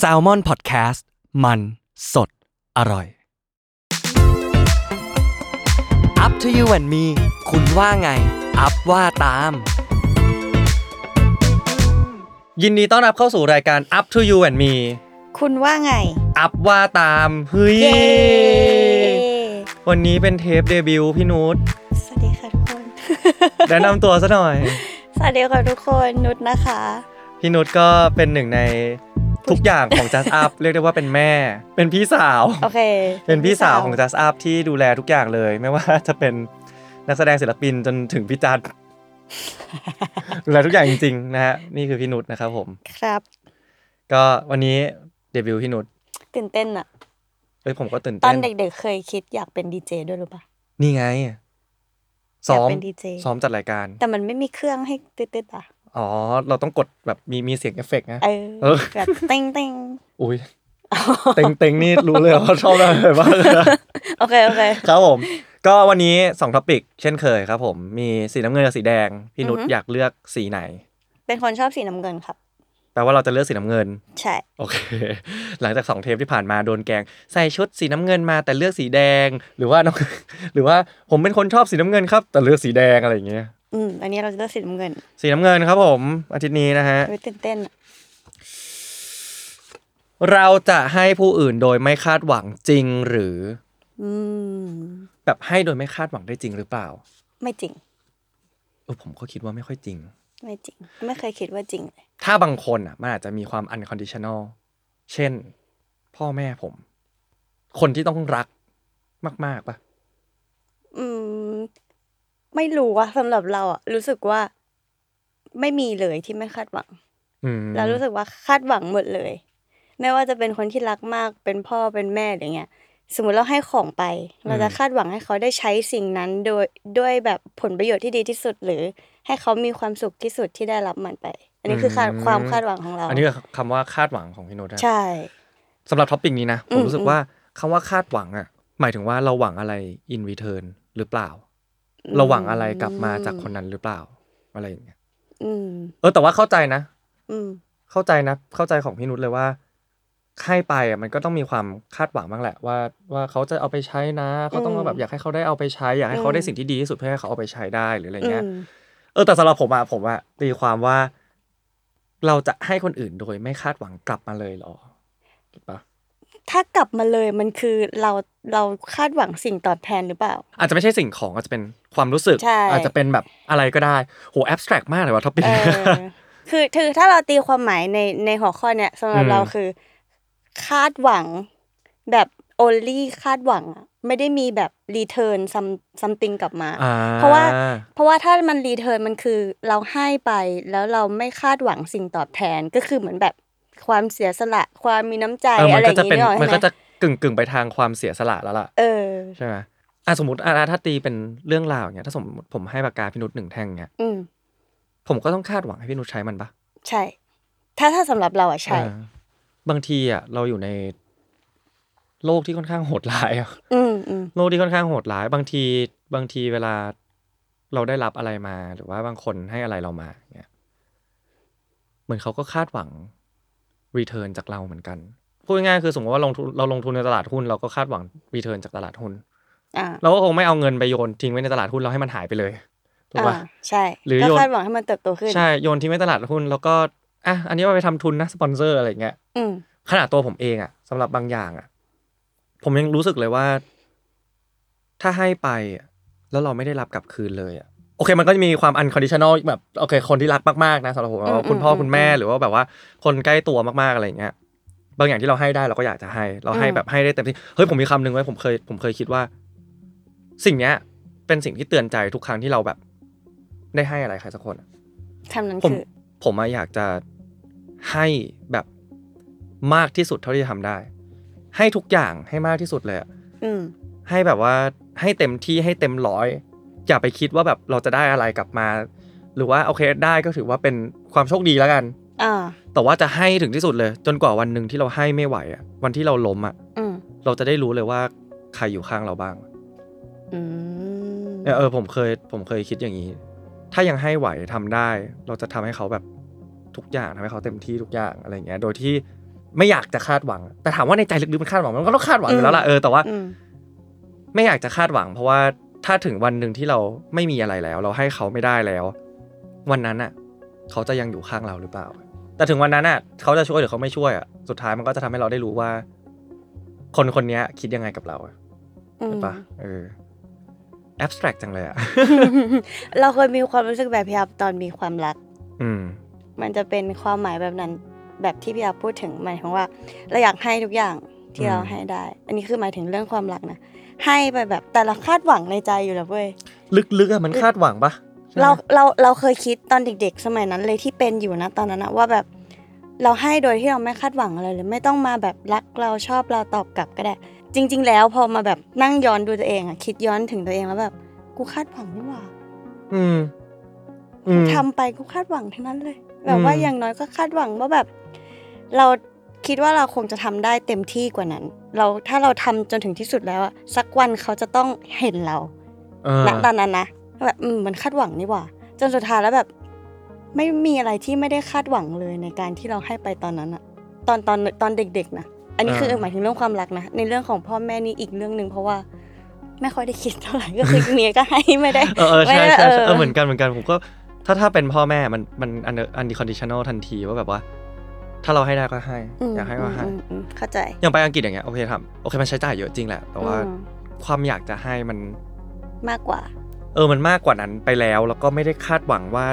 s a l m o n PODCAST มันสดอร่อย Up to you and me คุณว่าไง อัพว่าตาม ยินดีต้อนรับเข้าสู่รายการ Up to you and me คุณว่าไง อัพว่าตามเฮ้ย เย้ วันนี้เป็นเทปเดบิวต์พี่นุช สวัสดีค่ะทุกคน แนะนำตัวซะหน่อย สวัสดีค่ะทุกคนนุชนะคะ พี่นุชก็เป็นหนึ่งในทุกอย่างของ Just Up เรียกได้ว่าเป็นแม่ เป็นพี่สาว โอเค เป็นพี่สาวของ Just Up ที่ดูแลทุกอย่างเลย ไม่ว่าจะเป็นนักแสดงศิลปินจนถึงพี่จัด ดูแลทุกอย่างจริงๆนะฮะนี่คือพี่นุชนะครับผม ครับ ก็วันนี้เดบิวต์พี่นุช ตื่นเต้นอะ เอ้ยผมก็ตื่น ตอน เต้น เด็กๆเคยคิดอยากเป็นดีเจด้วยหรือเปล่า นี่ไง ซ้อม อยากเป็น DJ ซ้อมจัดรายการ แต่มันไม่มีเครื่องให้ติดๆอ่ะ อ๋อ เราต้องกดแบบมีมีเสียงเอฟเฟกต์นะ เอ เอ อ อ แบบเต้งเต้ง อุ้ยเต็งเต็งนี่รู้เลยว่าชอบอะไรบ้าง โอเคโอเค ครับผม ก็วันนี้2ท็อปิกเช่นเคยครับผม มีสีน้ำเงินกับสีแดง พี่นุช อือฮึ อยากเลือกสีไหน เป็นคนชอบสีน้ำเงินครับ แปลว่าเราจะเลือกสีน้ำเงิน ใช่ โอเค หลังจากสองเทปที่ผ่านมาโดนแกล้งใส่ชุดสีน้ำเงินมาแต่เลือกสีแดง หรือว่าน้อง หรือว่าผมเป็นคนชอบสีน้ำเงินครับ แต่เลือกสีแดงอะไรอย่างเงี้ย อืมอันนี้เราจะเลือกสีน้ำเงิน สีน้ำเงินครับผมอาทิตย์นี้นะฮะ เว้ยตื่นเต้นอะ เราจะให้ผู้อื่นโดยไม่คาดหวังจริงหรือ อืม แบบให้โดยไม่คาดหวังได้จริงหรือเปล่า ไม่จริง เออผมก็คิดว่าไม่ค่อยจริง ไม่จริง ไม่เคยคิดว่าจริงเลย ถ้าบางคนอ่ะมันอาจจะมีความ unconditional เช่น พ่อแม่ผม คนที่ต้องรักมากๆปะ อืม ไม่รู้ว่าสำหรับเราอะรู้สึกว่า ไม่มีเลยที่ไม่คาดหวัง อืม เรารู้สึกว่าคาดหวังหมดเลย ไม่ว่าจะเป็นคนที่รักมากเป็นพ่อเป็นแม่อะไรเงี้ย สมมติเราให้ของไป เราจะคาดหวังให้เขาได้ใช้สิ่งนั้นโดยด้วยแบบผลประโยชน์ที่ดีที่สุด หรือให้เขามีความสุขที่สุดที่ได้รับมันไป อันนี้คือคาดความคาดหวังของเรา อันนี้คือคำว่าคาดหวังของพี่โนตนะ ใช่ สำหรับท็อปปิกนี้นะ อื ผม มรู้สึกว่าคำว่าคาดหวังอ่ะ หมายถึงว่าเราหวังอะไร in return หรือเปล่า เราหวังอะไรกลับมาจากคนนั้นหรือเปล่า อะไรอย่างเงี้ย อืม เออแต่ว่าเข้าใจนะ อืม เข้าใจนะ เข้าใจของพี่นุชเลยว่าให้ไปอ่ะมันก็ต้องมีความคาดหวังบ้างแหละ ว่าว่าเขาจะเอาไปใช้นะเขาต้อง อืม แบบอยากให้เขาได้เอาไปใช้ อยากให้เขา อืม ได้สิ่งที่ดีที่สุดเพื่อให้เขาเอาไปใช้ได้หรืออะไร อื เงี้ย ม เออแต่สำหรับผมอ่ะผมอ่ะตีความว่า เราจะให้คนอื่นโดยไม่คาดหวังกลับมาเลยเหรอถูกปะ ถ้ากลับมาเลยมันคือเราเราคาดหวังสิ่งตอบแทนหรือเปล่า อาจจะไม่ใช่สิ่งของอาจจะเป็นความรู้สึก ใช่ อาจจะเป็นแบบอะไรก็ได้โหแอบสแตรกมากเลยว่าท็อปิก เออคือถือถ้าเราตีความหมายในในหัวข้อเนี่ยสำหรับ อืม เราคือ คาดหวังแบบ only คาดหวังอะไม่ได้มีแบบ return some something กลับมา เพราะว่า เพราะว่าถ้ามัน return มันคือเราให้ไปแล้วเราไม่คาดหวังสิ่งตอบแทนก็คือเหมือนแบบความเสียสละความมีน้ำใจ เออ อะ มัน ไรอ ก็ ย่าจะงงี้ เป็น นึกออก มัน ใช่ไหม ก็จะกึ่งกึ่งๆไปทางความเสียสละแล้วล่ะ เออ ใช่ไหมอ่ะสมมติอ่ะถ้าตีเป็นเรื่องราวอย่างเงี้ย ถ้าสมมติผมให้ปากกาพี่นุชหนึ่งแท่งเงี้ย อืม ผมก็ต้องคาดหวังให้พี่นุชใช้มันปะ ใช่ ถ้าถ้าสำหรับเราอะใช่ เออบางทีอ่ะเราอยู่ใน โลกที่ค่อนข้างโหดร้ายอะ อืมอืม โลกที่ค่อนข้างโหดร้าย บางที บางทีเวลาเราได้รับอะไรมา หรือว่าบางคนให้อะไรเรามาเงี้ย เหมือนเขาก็คาดหวังรีเทิร์นจากเราเหมือนกัน พูดง่ายๆคือสมมติว่าลงทุนเราลงทุนในตลาดหุ้นเราก็คาดหวังรีเทิร์นจากตลาดหุ้น อ่า เราก็คงไม่เอาเงินไปโยนทิ้งไว้ในตลาดหุ้นเราให้มันหายไปเลยถูกปะ อ่าใช่ หรือ ก็ โยน คาดหวังให้มันเติบโตขึ้น ใช่โยนทิ้งไว้ในตลาดหุ้น แล้วก็อ่ะอันนี้เอาไปทำทุนนะสปอนเซอร์อะไรอย่างเงี้ย อืม ขนาดตัวผมเองอะสำหรับบางอย่างอะผมยังรู้สึกเลยว่า ถ้าให้ไปอะแล้วเราไม่ได้รับกลับคืนเลยอะโอเค มันก็จะมีความ unconditional แบบโอเค คนที่รักมากๆนะสำหรับผม อืม ว่าคุณพ่อ อืม คุณแม่ อืม หรือว่าแบบว่า คนใกล้ตัวมากๆอะไรอย่างเงี้ยบางอย่างที่เราให้ได้เราก็อยากจะให้ เราให้ อืม แบบให้ได้เต็มที่เฮ้ยผมมีคำหนึ่งไว้ผมเคยผมเคยคิดว่า สิ่งเนี้ย เป็นสิ่งที่เตือนใจทุกครั้งที่เราแบบ ได้ให้อะไรใครสักคนอะ คำนั้น ผม คือ ผมอะอยากจะให้แบบมากที่สุดเท่าที่จะทำได้ ให้ทุกอย่างให้มากที่สุดเลยอะ อืม ให้แบบว่าให้เต็มที่ให้เต็มร้อย อย่าไปคิดว่าแบบเราจะได้อะไรกลับมา หรือว่าโอเคได้ก็ถือว่าเป็นความโชคดีแล้วกัน อ่า แต่ว่าจะให้ถึงที่สุดเลย จนกว่าวันหนึ่งที่เราให้ไม่ไหวอะวันที่เราล้มอะ อืม เราจะได้รู้เลยว่าใครอยู่ข้างเราบ้าง อืม เออเออผมเคยผมเคยคิดอย่างนี้ ถ้ายังให้ไหวทำได้ เราจะทำให้เขาแบบ ทุกอย่างทำให้เขาเต็มที่ทุกอย่างอะไรเงี้ย โดยที่ไม่อยากจะคาดหวัง แต่ถามว่าในใจลึกๆมันคาดหวังไหมมันก็ต้องคาดหวังอยู่แล้วล่ะเออแต่ว่า อืม ไม่อยากจะคาดหวัง เพราะว่าถ้าถึงวันหนึ่งที่เราไม่มีอะไรแล้ว เราให้เขาไม่ได้แล้ว วันนั้นอ่ะ เขาจะยังอยู่ข้างเราหรือเปล่า แต่ถึงวันนั้นอ่ะ เขาจะช่วยหรือเขาไม่ช่วยอ่ะสุดท้ายมันก็จะทำให้เราได้รู้ว่า คนคนเนี้ยคิดยังไงกับเราอะใช่ปะเออ abstract จังเลยอ่ะ เราเคยมีความรู้สึกแบบพี่อัพตอนมีความรัก อืม มันจะเป็นความหมายแบบนั้น แบบที่พี่อัพพูดถึงหมายถึงว่า เราอยากให้ทุกอย่างที่ อืม เราให้ได้ อันนี้คือหมายถึงเรื่องความรักนะให้ไปแบบแต่เราคาดหวังในใจอยู่แล้วเว้ย ลึกๆอะมันคาดหวังปะใช่ไหม เราเราเราเคยคิดตอนเด็ก ๆ สมัยนั้นเลยที่เป็นอยู่นะตอนนั้นนะว่าแบบเราให้โดยที่เราไม่คาดหวังอะไรเลยไม่ต้องมาแบบรักเราชอบเราตอบกลับก็ได้ จริง ๆ แล้วพอมาแบบนั่งย้อนดูตัวเองอะคิดย้อนถึงตัวเองแล้วแบบกูคาดหวังนี่หว่า อืม อืม ทำไปก็คาดหวังทั้งนั้นเลย แบบว่า อืม อย่างน้อยก็คาดหวังว่าแบบ เราคิดว่าเราคงจะทำได้เต็มที่กว่านั้น เราถ้าเราทำจนถึงที่สุดแล้วอะสักวันเขาจะต้องเห็นเรา เออ ณตอนนั้นนะแบบอืมมันคาดหวังนี่หว่า จนสุดท้ายแล้วแบบ ไม่มีอะไรที่ไม่ได้คาดหวังเลยในการที่เราให้ไปตอนนั้นอะตอนตอนตอนเด็กๆนะอันนี้คืออา หมายถึงเรื่องความรักนะในเรื่องของพ่อแม่นี่อีกเรื่องหนึ่งเพราะว่าไม่ค่อยได้คิดเท่าไหร่ ก็คือเมียก็ให้ไม่ได้ เออเออใช่ ไม่ได้ ใช่ใช่ เออ เออเหมือนกันเหมือนกันผมก็ถ้าถ้าเป็นพ่อแม่มันมันอันอันดีคอนดิชันแนลทันทีว่าแบบว่า ถ้าเราให้ได้ก็ให้ ม อยากให้ก็ให้ อืมอืมอืมเข้าใจ อย่างไปอังกฤษอย่างเงี้ยโอเคทำโอเคมันใช้จ่ายเยอะจริงแหละ แต่ว่า อืม ความอยากจะให้มัน มากกว่า เออมันมากกว่านั้นไปแล้ว แล้วก็ไม่ได้คาดหวังว่า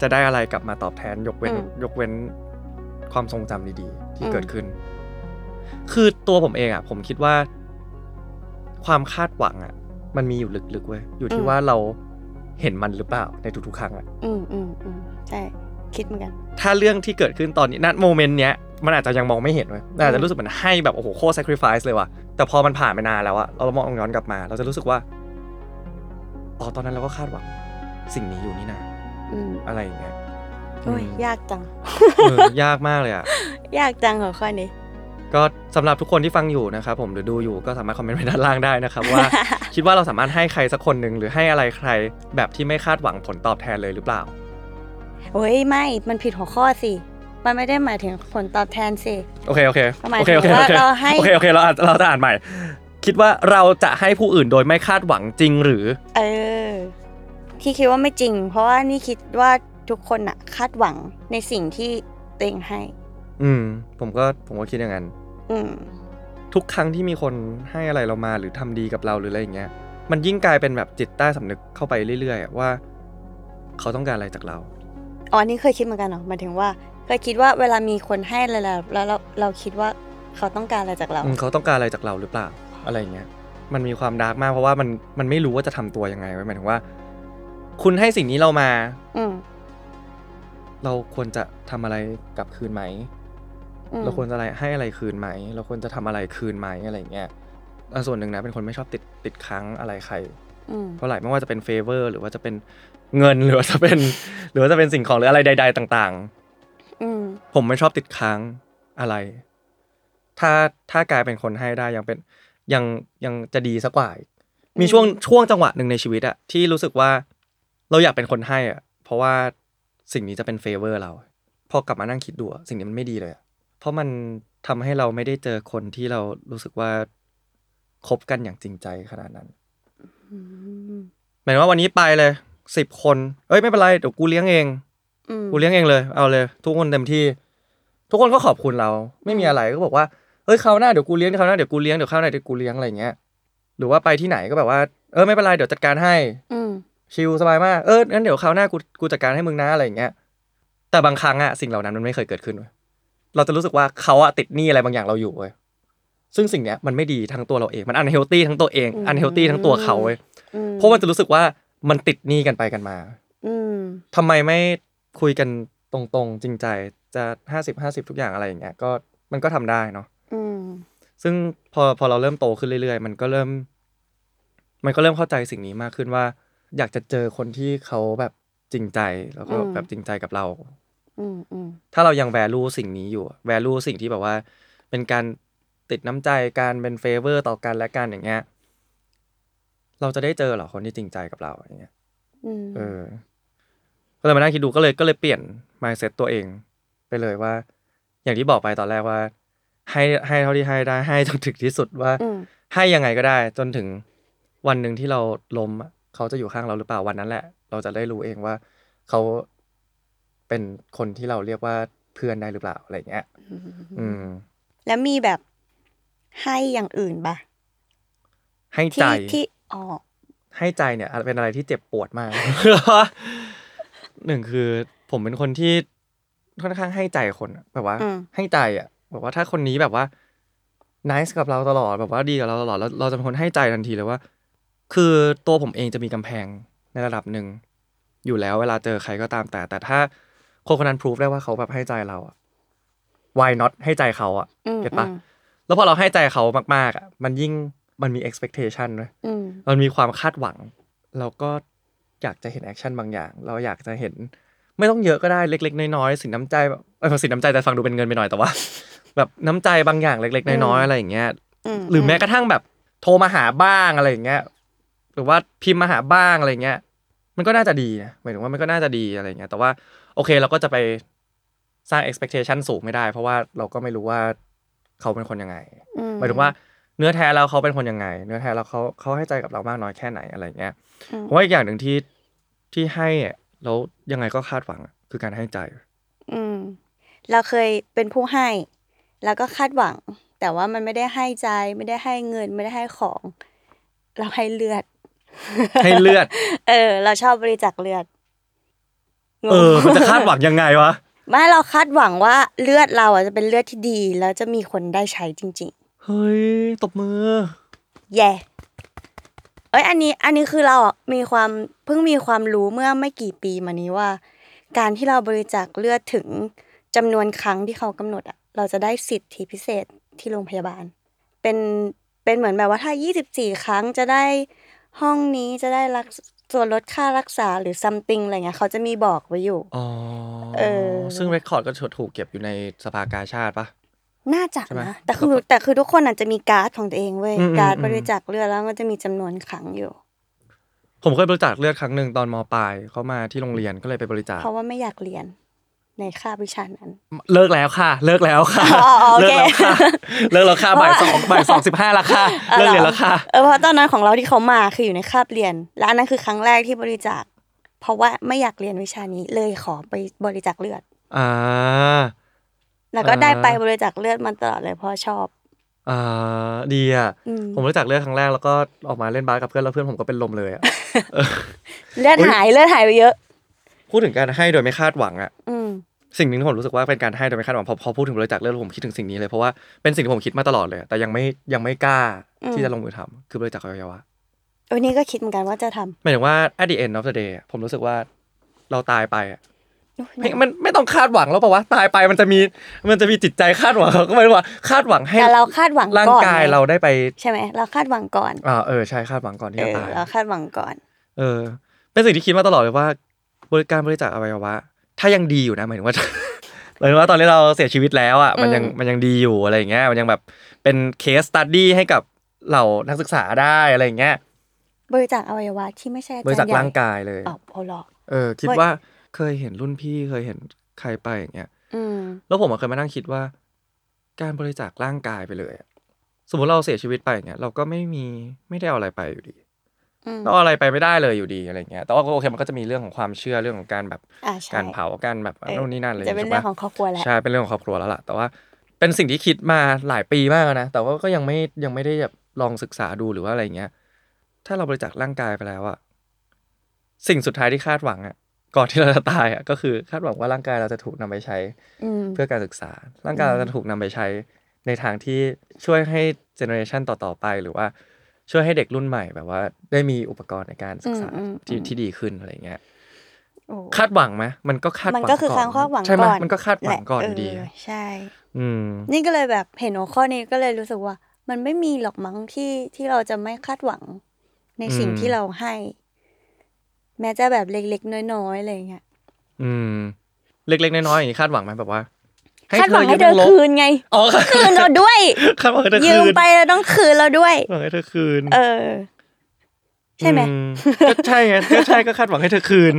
จะได้อะไรกลับมาตอบแทน ยกเว้น อืม ยกเว้นความทรงจำดีๆ ที่ อืม เกิดขึ้น คือตัวผมเองอ่ะ ผมคิดว่า ความคาดหวังอ่ะ มันมีอยู่ลึกๆเว้ยอยู่ที่ว่าเราเห็นมันหรือเปล่าในทุกๆครั้งอ่ะ อืมอืมอืมใช่ คิดเหมือนกัน ถ้าเรื่องที่เกิดขึ้นตอนนี้ณโมเมนต์เนี้ยมันอาจจะยังมองไม่เห็นเลยอาจจะรู้สึกเหมือนให้แบบโอ้โหโคตร sacrifice เลยว่ะแต่พอมันผ่านไปนานแล้วอะเรามองย้อนกลับมา เราจะรู้สึกว่าอ๋อตอนนั้นเราก็คาดหวังสิ่งนี้อยู่นี่นะ อืม อะไรอย่างเงี้ย โอ้ย ยากจัง เออยากมากเลยอะ ยากจังหัวข้อนี้ ก็สำหรับทุกคนที่ฟังอยู่นะครับผมหรือดูอยู่ก็สามารถคอมเมนต์ไว้ด้านล่างได้นะครับ ว่า คิดว่าเราสามารถให้ใครสักคนหนึ่งหรือให้อะไรใคร แบบที่ไม่คาดหวังผลตอบแทนเลยหรือเปล่า โอ้ย ไม่ มันผิดหัวข้อสิ มันไม่ได้หมายถึงผลตอบแทนสิ โอเคโอเค ก็หมาย โอเคโอเค ถึง โอ ว่า เค เราให้ โอเคโอเคเราอาจเราจะอ่านใหม่ คิดว่าเราจะให้ผู้อื่นโดยไม่คาดหวังจริงหรือ เออ ที่คิดว่าไม่จริง เพราะว่านี่คิดว่าทุกคนอะคาดหวังในสิ่งที่ตัวเองให้ อืม ผมก็ผมก็คิดอย่างนั้น อืม ทุกครั้งที่มีคนให้อะไรเรามาหรือทำดีกับเราหรืออะไรอย่างเงี้ย มันยิ่งกลายเป็นแบบจิตใต้สำนึกเข้าไปเรื่อยๆอะว่า เขาต้องการอะไรจากเรา อ๋ออันนี่เคยคิดเหมือนกันเหรอหมายถึงว่า เคยคิดว่าเวลามีคนให้อะไรแล้วแล้วเราเราคิดว่าเขาต้องการอะไรจากเรา อืมเขาต้องการอะไรจากเราหรือเปล่าอะไรอย่างเงี้ยมันมีความดาร์กมากเพราะว่ามันมันไม่รู้ว่าจะทำตัวยังไงไว้ยหมายถึงว่า คุณให้สิ่งนี้เรามา อืม เราควรจะทำอะไรกลับคืนไหม อืม เราควรจะอะไรให้อะไรคืนไหม เราควรจะทำอะไรคืนไหมอะไรอย่างเงี้ยอ่ะส่วนหนึ่งนะเป็นคนไม่ชอบติดติดค้างอะไรใคร อืม เท่าไหร่ไม่ว่าจะเป็นเฟเวอร์หรือว่าจะเป็นเงิน หรือว่าจะเป็น หรือว่าจะเป็นสิ่งของหรืออะไรใด ๆ ต่าง อืม ๆ ผมไม่ชอบติดค้างอะไร ถ้าถ้ากลายเป็นคนให้ได้ยังเป็นยังยังจะดีสักกว่าอีกมีช่วงช่วงจังหวะหนึ่งในชีวิตอะที่รู้สึกว่าเราอยากเป็นคนให้อะเพราะว่าสิ่งนี้จะเป็นเฟเวอร์เรา พอกลับมานั่งคิดดูอะสิ่งนี้มันไม่ดีเลยอะเพราะมันทำให้เราไม่ได้เจอคนที่เรารู้สึกว่าคบกันอย่างจริงใจขนาดนั้น อืม หมายถึงว่าวันนี้ไปเลยสิบคน เอ้ยไม่เป็นไรเดี๋ยวกูเลี้ยงเอง อืม กูเลี้ยงเองเลย เอาเลย ทุกคนเต็มที่ ทุกคนก็ขอบคุณเรา ไม่มีอะไรก็บอกว่า เฮ้ยคราวหน้าเดี๋ยวกูเลี้ยงคราวหน้าเดี๋ยวกูเลี้ยงเดี๋ยวคราวหน้าเดี๋ยวกูเลี้ยงอะไรอย่างเงี้ย หรือว่าไปที่ไหนก็แบบว่า เออไม่เป็นไรเดี๋ยวจัดการให้ อืม ชิลสบายมาก เอองั้นเดี๋ยวคราวหน้ากูกูจัดการให้มึงนะอะไรอย่างเงี้ย แต่บางครั้งอะสิ่งเหล่านั้นมันไม่เคยเกิดขึ้นเว้ยเราจะรู้สึกว่าเขาอะติดหนี้อะไรบางอย่างเราอยู่เว้ย ซึ่งสิ่งเนี้ยมันไม่ดีทั้งตัวเราเอง มันอันเฮลตี้ทั้งตัวเอง อืม อันเฮลตี้ทั้งตัวเขาเว้ย อืม เพราะมันจะรู้สึกว่ามันติดหนี้กันไปกันมา อืม ทำไมไม่คุยกันตรงๆ จริงใจจะห้าสิบห้าสิบทุกอย่างอะไรอย่างเงี้ยก็มันก็ทำได้เนาะ อืม ซึ่งพอพอเราเริ่มโตขึ้นเรื่อยๆ มันก็เริ่ม มันก็เริ่มเข้าใจสิ่งนี้มากขึ้นว่า อยากจะเจอคนที่เขาแบบจริงใจแล้วก็ อืม แบบจริงใจกับเรา อืมอืม ถ้าเรายังแวลูสิ่งนี้อยู่แวลูสิ่งที่แบบว่า เป็นการติดน้ำใจการเป็นเฟเวอร์ต่อกันและกันอย่างเงี้ยเราจะได้เจอเหรอคนที่จริงใจกับเราอย่างเงี้ย อืม เออ ก็เลยมานั่งคิดดูก็เลยก็เลยเปลี่ยน mindset ตัวเอง ไปเลยว่า อย่างที่บอกไปตอนแรกว่า ให้ให้เท่าที่ให้ได้ให้จนถึงที่สุดว่า อืม ให้ยังไงก็ได้ จนถึงวันหนึ่งที่เราล้มอะเขาจะอยู่ข้างเราหรือเปล่าวันนั้นแหละ เราจะได้รู้เองว่า เขาเป็นคนที่เราเรียกว่าเพื่อนได้หรือเปล่าอะไรอย่างเงี้ย อืม แล้วมีแบบให้อย่างอื่นปะ ให้ใจ ที่ที่อ๋อ ให้ใจเนี่ยเป็นอะไรที่เจ็บปวด มาก หนึ่งคือผมเป็นคนที่ค่อนข้างให้ใจคนอะแบบว่า อืม ให้ใจอ่ะแบบว่าถ้าคนนี้แบบว่านิสกับเราตลอดแบบว่าดีกับเราตลอดเราเราจะเป็นคนให้ใจทันทีเลยว่า คือตัวผมเองจะมีกำแพงในระดับหนึ่งอยู่แล้วเวลาเจอใครก็ตามแต่ แต่ถ้าคนคนนั้นพิสูจได้ว่าเขาแบบให้ใจเราอ่ะ why not ให้ใจเขาอ่ะ อืม เก็ตปะ อืม แล้วพอเราให้ใจเขามากๆอ่ะมันยิ่งมันมี expectation ด้วย อืม มันมีความคาดหวัง เราก็อยากจะเห็นแอคชั่นบางอย่าง เราอยากจะเห็น ไม่ต้องเยอะก็ได้เล็ก ๆ น้อยๆสินน้ำใจแบบเออสินน้ำใจแต่ฟังดูเป็นเงินไปหน่อยแต่ว่า แบบน้ำใจบางอย่างเล็ก ๆ น้อยๆอืม อะไรอย่างเงี้ย อืม หรือแม้กระทั่งแบบ โทรมาหาบ้างอะไรอย่างเงี้ย หรือว่าพิมพ์มาหาบ้างอะไรอย่างเงี้ย มันก็น่าจะดีนะหมายถึงว่ามันก็น่าจะดีอะไรอย่างเงี้ย แต่ว่าโอเคเราก็จะไปสร้าง expectation สูงไม่ได้ เพราะว่าเราก็ไม่รู้ว่าเขาเป็นคนยังไง อื หมายถึงว่าเนื้อแท้แล้วเขาเป็นคนยังไง เนื้อแท้แล้วเขาเขาให้ใจกับเรามากน้อยแค่ไหนอะไรอย่างเงี้ย อืม ผมว่าอีกอย่างหนึ่งที่ที่ให้อะแล้วยังไงก็คาดหวังอะคือการให้ใจ อืม เราเคยเป็นผู้ให้ แล้วก็คาดหวัง แต่ว่ามันไม่ได้ให้ใจ ไม่ได้ให้เงิน ไม่ได้ให้ของ เราให้เลือด ให้เลือด เออ เราชอบบริจาคเลือดงง เออ มันจะคาดหวังยังไงวะ ไม่เราคาดหวังว่าเลือดเราอ่ะจะเป็นเลือดที่ดี แล้วจะมีคนได้ใช้จริง เฮ้ยตบมือ ๆ แย่ เอ้ย อันนี้ อันนี้คือเราอะมีความเพิ่งมีความรู้เมื่อไม่กี่ปีมานี้ว่า การที่เราบริจาคเลือดถึงจำนวนครั้งที่เขากำหนดอ่ะ เราจะได้สิทธิพิเศษที่โรงพยาบาล เป็นเป็นเหมือนแบบว่าถ้า 24 ครั้งจะได้ห้องนี้จะได้รักส่วนลดค่ารักษาหรือซัมติงอะไรเงี้ยเขาจะมีบอกไว้อยู่ อ๋อ เออ ซึ่งเรคคอร์ดก็ถูกเก็บอยู่ในสภากาชาติปะ น่าจะ ใช่ไหม นะแต่คือแต่คือทุกคนอาจจะมีการ์ดของตัวเองเว้ย อืมอืม การ์ด อืม บริจาคเลือดแล้วมันจะมีจำนวนครั้งอยู่ ผมเคยบริจาคเลือดครั้งหนึ่งตอนมปลายเขามาที่โรงเรียนก็เลยไปบริจาค เพราะว่าไม่อยากเรียนในคาบวิชานั้น เลิกแล้วค่ะ เลิกแล้วค่ะ อ๋ออ๋อโอ เลิ เค กแล้วค่ะเลิกแล้วค่ะบ่ายสองบ่ายสองสิบห้าละค่ะเลิกเรียนแล้วค่ะ เออเพราะตอนนั้นของเราที่เขามาคืออยู่ในคาบเรียน และอันนั้นคือครั้งแรกที่บริจาค เพราะว่าไม่อยากเรียนวิชานี้เลยขอไปบริจาคเลือด อ่า แล้วก็ได้ อ่า ไปบริจาคเลือดมาตลอดเลยเพราะชอบ อ่าดีอ่ะ อืม ผมรู้จักเรื่องครั้งแรกแล้วก็ออกมาเล่นบาสกับเพื่อนแล้วเพื่อนผมก็เป็นลมเลยอ่ะ เลือดหายเลือดหายไปเยอะ พูดถึงการให้โดยไม่คาดหวังอ่ะ อืม สิ่งหนึ่งที่ผมรู้สึกว่าเป็นการให้โดยไม่คาดหวังพอพอพูดถึงบริจาคเลือดผมคิดถึงสิ่งนี้เลยเพราะว่าเป็นสิ่งที่ผมคิดมาตลอดเลยอะแต่ยังไม่ยังไม่กล้า อืม ที่จะลงมือทำคือบริจาคอวัยวะ วันนี้ก็คิดเหมือนกันว่าจะทำ หมายถึงว่า at the end of the day อะผมรู้สึกว่าเราตายไปอะ อุ๊ย ไม่มันไม่ต้องคาดหวังแล้วเปล่าวะตายไปมันจะมีมันจะมีจิตใจคาดหวังก็ไม่รู้ว่าคาดหวังให้ แต่เราคาดหวัง ร่าง ก่อน กาย ไง เราได้ไป ใช่ไหมเราคาดหวังก่อน อ่าเออใช่คาดหวังก่อนที่ เอ จะ อ ตาย เราคาดหวังก่อน เออเป็นสิ่งที่คิดมาตลอดเลยว่าบริการบริจาคอวัยวะ ถ้ายังดีอยู่นะหมายถึงว่า หมายถึงว่าตอนนี้เราเสียชีวิตแล้วอ่ะมันยัง อืม มันยังดีอยู่อะไรอย่างเงี้ยมันยังแบบเป็นเคสตัดดี้ให้กับเหล่านักศึกษาได้อะไรอย่างเงี้ย บริจาคอวัยวะที่ไม่ใช่อบ ริ จา จาร ค ย์ใหญ่ ร่างกายเลย อ๋อโพลอก เออคิดว่าเคยเห็นรุ่นพี่เคยเห็นใครไปอย่างเงี้ย อืม แล้วผมอะเคยมานั่งคิดว่า การบริจาคร่างกายไปเลยอะสมมติเราเสียชีวิตไปอย่างเงี้ยเราก็ไม่มีไม่ได้เอาอะไรไปอยู่ดี อืม เราเอาอะไรไปไม่ได้เลยอยู่ดีอะไรอย่างเงี้ยแต่ว่าก็โอเคมันก็จะมีเรื่องของความเชื่อเรื่องของการแบบ อ่าใช่ การเผาการแบบ เออ นู่นนี่นั่นอะไร จะเป็น ใช่ เรื่อ ปะ งของครอบครัวแหละ ใช่เป็นเรื่องของครอบครัวแล้วล่ะ แต่ว่าเป็นสิ่งที่คิดมาหลายปีมากแล้วนะ แต่ว่าก็ยังไม่ยังไม่ได้แบบลองศึกษาดูหรือว่าอะไรอย่างเงี้ย ถ้าเราบริจาคร่างกายไปแล้วอะสิ่งสุดท้ายที่คาดหวังอะก่อนที่เราจะตายอะก็คือคาดหวังว่าร่างกายเราจะถูกนำไปใช้ อืม เพื่อการศึกษา ร่างกายเราจะถูกนำไปใช้ในทางที่ช่วยให้เจเนอเรชันต่อ ๆ ไป หรือว่าช่วยให้เด็กรุ่นใหม่แบบว่า ได้มีอุปกรณ์ในการศึกษา อืมอืม ที่ อืม ที่ดีขึ้นอะไรอย่างเงี้ย โอ้ คาดหวังไหมมันก็คาดหวั มั ง นก็คือความคาดหวัง ใช่ไหม ก่อน มันก็คาดหวังก่อน แห อ ละ ยู่ดี เออใช่ อืม นี่ก็เลยแบบเห็นหัวข้อนี้ก็เลยรู้สึกว่า มันไม่มีหรอกมั้งที่ที่เราจะไม่คาดหวัง ในสิ่ง อืม ที่เราให้ แม้จะแบบเล็กๆน้อยๆอะไรอย่างเงี้ย อืม เล็กๆน้อยๆอย่างนี้คาดหวังไหมแบบว่า คาดหวังให้เธ ยื อ มลบ คืนไง อ๋อ คืนเราด้วย คาดหวังให้เธอ ยื คื ม น ไปแล้วต้องคืนเราด้วย หวังให้เธอคืน เออ ใช่ไหม อืก็ใช่ไงก็ใช่ก็คาดหวังให้เธอคืน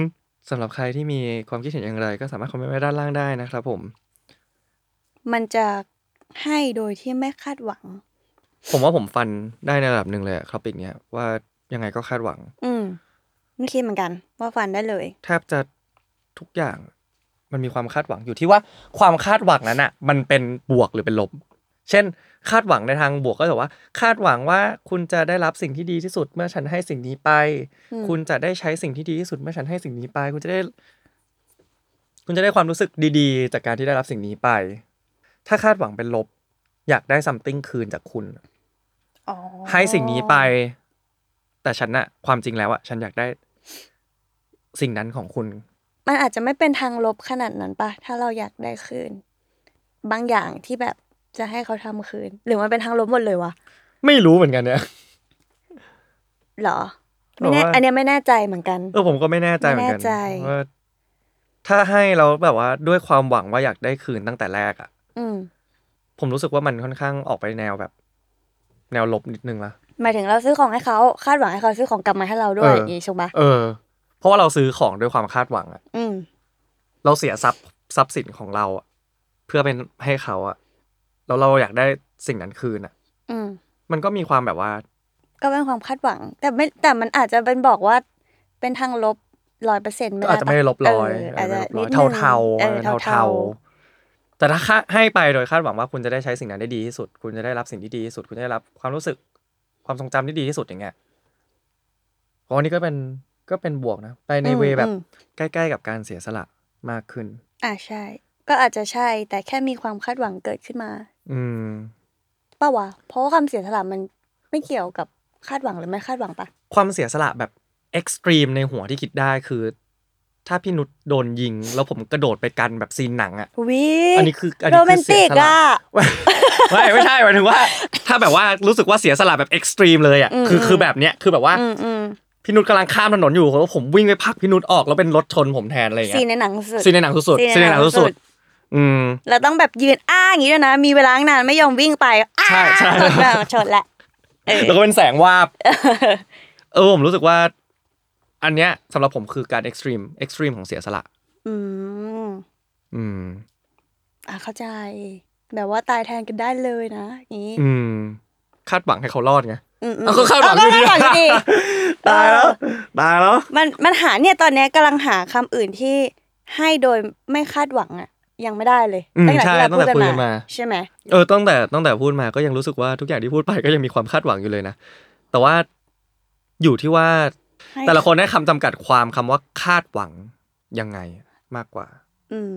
สำหรับใครที่มีความคิดเห็นอย่างไร ก็สามารถคอมเมนต์ไว้ด้านล่างได้นะครับผม มันจะให้โดยที่ไม่คาดหวัง ผมว่าผมฟันได้ในระดับหนึ่งเลยอะครับอีกเนี้ยว่ายังไงก็คาดหวัง อืมไม่คิดเหมือนกัน ว่าฟันได้เลย แทบจะทุกอย่างมันมีความคาดหวังอยู่ที่ว่าความคาดหวังนั้นอ่ะ มันเป็นบวกหรือเป็นลบ เช่น คาดหวังในทางบวกก็แบบว่า คาดหวังว่าคุณจะได้รับสิ่งที่ดีที่สุดเมื่อฉันให้สิ่งนี้ไป อืม คุณจะได้ใช้สิ่งที่ดีที่สุดเมื่อฉันให้สิ่งนี้ไป คุณจะได้ คุณจะได้ความรู้สึกดีๆ จากการที่ได้รับสิ่งนี้ไป ถ้าคาดหวังเป็นลบ อยากได้ซัมติงคืนจากคุณ อ๋อ ให้สิ่งนี้ไป แต่ฉันน่ะ ความจริงแล้วอะฉันอยากได้สิ่งนั้นของคุณ มันอาจจะไม่เป็นทางลบขนาดนั้นปะถ้าเราอยากได้คืน บางอย่างที่แบบจะให้เขาทำคืน หรือมันเป็นทางลบหมดเลยวะ ไม่รู้เหมือนกันเนี่ย เหรอไม่แน่ ผมว่า อันเนี้ยไม่แน่ใจเหมือนกัน เออผมก็ไม่แน่ใจเหมือนกั ไม่แน่ใจ ว่าถ้าให้เราแบบว่าด้วยความหวังว่าอยากได้คืนตั้งแต่แรกอะ อืม ผมรู้สึกว่ามันค่อนข้างออกไปแนวแบบ แนวลบนิดนึงละ หมายถึงเราซื้อของให้เขาคาดหวังให้เขาซื้อของกลับมาให้เราด้วย เออ อ อ ย่างงี้ใช่ปะ เออ เพราะว่าเราซื้อของด้วยความคาดหวังอะ อืม เราเสียทรัพย์ทรัพย์สินของเราอะเพื่อเป็นให้เขาอะแล้วเราอยากได้สิ่งนั้นคืนอะ อืม มันก็มีความแบบว่า ก็เป็นความคาดหวัง แต่ไม่แต่มันอาจจะเป็นบอกว่าเป็นทางลบร้อยเปอร์เซ็นต์ไม่ ก็ ได้ อาจจะไม่ได้ลบร้อย เอา จ จ จะ จะไม่ลบร้อนิยดนึง เทาๆ เอ เอ อ อ เทา เทาๆแต่ถ้าค่าให้ไปโดยคาดหวังว่าคุณจะได้ใช้สิ่งนั้นได้ดีที่สุด คุณจะได้รับสิ่งที่ดีที่สุด คุณจะได้รับความรู้สึกความทรงจำที่ดีที่สุดอย่างเงี้ยอ๋อนี่ก็เป็นก็เป็นบวกนะ ไปในเว อืม แบบ อืม ใกล้ๆกับการเสียสละมากขึ้น อ่าใช่ ก็อาจจะใช่ แต่แค่มีความคาดหวังเกิดขึ้นมา อืม ป้าวะ เพราะว่าความเสียสละมันไม่เกี่ยวกับคาดหวังหรือไม่คาดหวังปะ ความเสียสละแบบเอ็กซ์ตรีมในหัวที่คิดได้คือ ถ้าพี่นุชโดนยิง แล้วผมกระโดดไปกันแบบซีนหนังอะ วิ อันนี้คืออัน โร นี้ แม คื น อเสียติก สละ อ่ะ ไม่ ไม่ใช่หมายถึงว่า ถ้าแบบว่ารู้สึกว่าเสียสละแบบเอ็กซ์ตรีมเลยอ่ะ อืม คือ อืม คือแบบเนี้ยคือแบบว่า อืมอืม พี่นุชกำลังข้ามถนนอยู่แล้วผมวิ่งไปพักพี่นุชออกแล้วเป็นรถชนผมแทนอะไรอย่าง ซีน เงี้ย ในหนังสุด ซีนในหนังสุดๆ ซี ซี น น ใน ใน ห ห นั นั ง ง สุ สุ ด ดๆอืม เราต้องแบบยืนอ้าอย่างนี้ด้วยนะ มีเวลาตั้งนานไม่ยอมวิ่งไปอ้า ใช่ใช่ ชนแบบชนแหละ เออ แล้วก็เป็นแสงวาบเออผมรู้สึกว่า อันเนี้ยสำหรับผมคือการเอ็กซ์ตรีมเอ็กซ์ตรีมของเสียสละ อืม อืม อ่าเข้าใจ แบบว่าตายแทนกันได้เลยนะอย่างนี้ อืม คาดหวังให้เขารอดไง อืมๆ เอาก็คาดหวัง เอ อ ก็ ยู่ดี คาดหวังอยู่ดี ตายแล้วตายแล้ว มันมันหาเนี่ยตอนเนี้ยกำลังหาคำอื่นที่ให้โดยไม่คาดหวังอ่ะ ยังไม่ได้เลย อืม แต่ ใช่ ที่เราพูดตั้กันงแต่คุยกั มาน มา ใช่ไหม เออตั้งแต่ตั้งแต่พูดมาก็ยังรู้สึกว่าทุกอย่างที่พูดไปก็ยังมีความคาดหวังอยู่เลยนะ แต่ว่าอยู่ที่ว่า ให้ แต่ละคนได้คำจำกัดความคำว่าคาดหวังยังไงมากกว่า อืม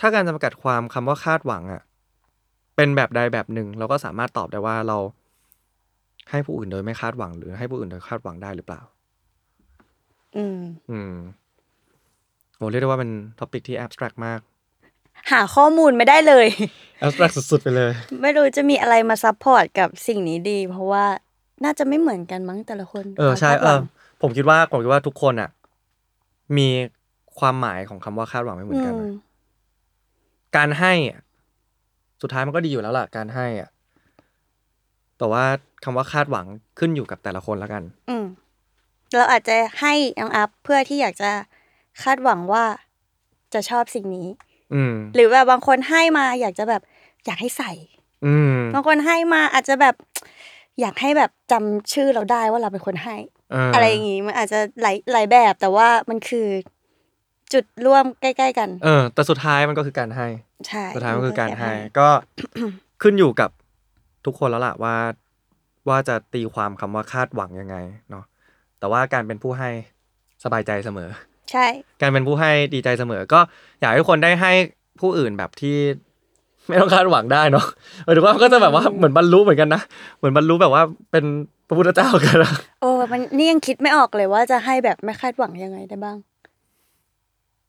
ถ้าการจำกัดความคำว่าคาดหวังอะเป็นแบบใดแบบหนึ่งเราก็สามารถตอบได้ว่าเรา ให้ผู้อื่นโดยไม่คาดหวัง หรือให้ผู้อื่นโดยคาดหวังได้หรือเปล่า อืม อืมโอ้เรียกได้ว่าเป็นท็อปิกที่แอบสแตรกมาก หาข้อมูลไม่ได้เลย แอบสแตรกสุดๆไปเลย ไม่รู้จะมีอะไรมาซัพพอร์ตกับสิ่งนี้ดี เพราะว่าน่าจะไม่เหมือนกันมั้งแต่ละคน เออใช่ ควาเออมคาดหวัง ผมคิดว่าผมคิดว่าทุกคนอ่ะ มีความหมายของคำว่าคาดหวังไม่เหมือนกัน ม นะการให้อะสุดท้ายมันก็ดีอยู่แล้วล่ะ การให้อ่ะแต่ว่าคำว่าคาดหวังขึ้นอยู่กับแต่ละคนแล้วกัน อืมเราอาจจะให้น้องอัพเพื่อที่อยากจะคาดหวังว่าจะชอบสิ่งนี้ อืม หรือแบบบางคนให้มาอยากจะแบบอยากให้ใส่ อืม บางคนให้มาอาจจะแบบ อยากให้แบบจำชื่อเราได้ว่าเราเป็นคนให้ เ อะไรอย่างงี้มันอาจจะหลายหลายแบบแต่ว่ามันคือจุดร่วมใกล้ ๆ กัน เออ แต่สุดท้ายมันก็คือการให้ ใช่ สุดท้ายมันคือการให้ มัน ก็ ขึ้นอยู่กับทุกคนแล้วล่ะว่าว่าจะตีความคำว่าคาดหวังยังไงเนาะแต่ว่าการเป็นผู้ให้สบายใจเสมอ ใช่ การเป็นผู้ให้ดีใจเสมอ ก็อยากให้ทุกคนได้ให้ผู้อื่นแบบที่ ไม่ต้องคาดหวังได้เนาะหมายถึงว่ามันก็จะแบบว่าเหมือนบรรลุเหมือนกันนะ เหมือนบรรลุแบบว่าเป็นพระพุทธเจ้ากันนะ โอ้มันนี่ยังคิดไม่ออกเลยว่าจะให้แบบไม่คาดหวังยังไงได้บ้าง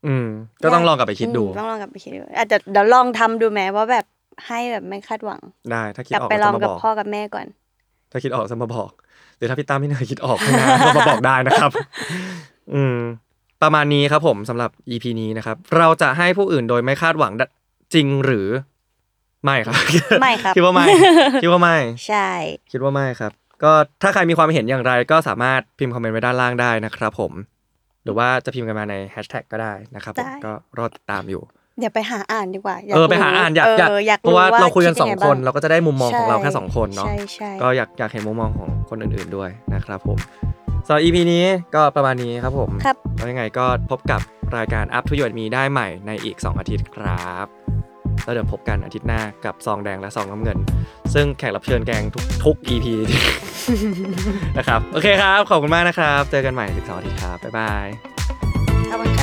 อืม ก็ต้องลองกลับไปคิดดู อืมต้องลองกลับไปคิดดูอาจจะเดี๋ยวลองทำดูไหมว่าแบบให้แบบไม่คาดหวัง ได้ ถ้าคิด กลับ ออก ไปล จะ อง มา กั บบ อก พ่อกับแม่ก่อน ถ้าคิดออกจะมาบอก หรือถ้าพี่ตั้มพี่เนยคิดออกข้างหน้า ก็มาบอกได้นะครับ อืม ประมาณนี้ครับผมสำหรับ EP นี้นะครับ เราจะให้ผู้อื่นโดยไม่คาดหวังจริงหรือ ไม่ครับ ไม่ครับ คิดว่าไม่คิดว่าไม่ ใช่ คิดว่าไม่ครับ ก็ถ้าใครมีความเห็นอย่างไรก็สามารถพิมพ์คอมเมนต์ไว้ด้านล่างได้นะครับผม หรือว่าจะพิมพ์กันมาในแฮชแท็กก็ได้นะครับผม ได้ ก็รอติดตามอยู่ เดี๋ยวไปหาอ่านดีกว่า เออไปหาอ่านอยาก เ อยาก อยาก เพราะว่าเราคุยกันสองคน เรา เรา ก็จะได้มุมมองของเราแค่ ใช่ สองคนเนาะ ใช่ใช่ ก็อยากอยากเห็นมุมมองของคนอื่นๆด้วยนะครับผมสำหรับ EP นี้ก็ประมาณนี้ครับผม ครับ แล้วยังไงก็พบกับรายการ Up to You and Me ได้ใหม่ในอีก 2 อาทิตย์ครับแล้วเดี๋ยวพบกันอาทิตย์หน้ากับซองแดงและซองน้ำเงิน ซึ่งแขกรับเชิญแกงทุกทุก EP นะครับโอเคครับ ขอบคุณมากนะครับ เจอกันใหม่12อาทิตย์ครับบ๊ายบาย ขอบคุณค่ะ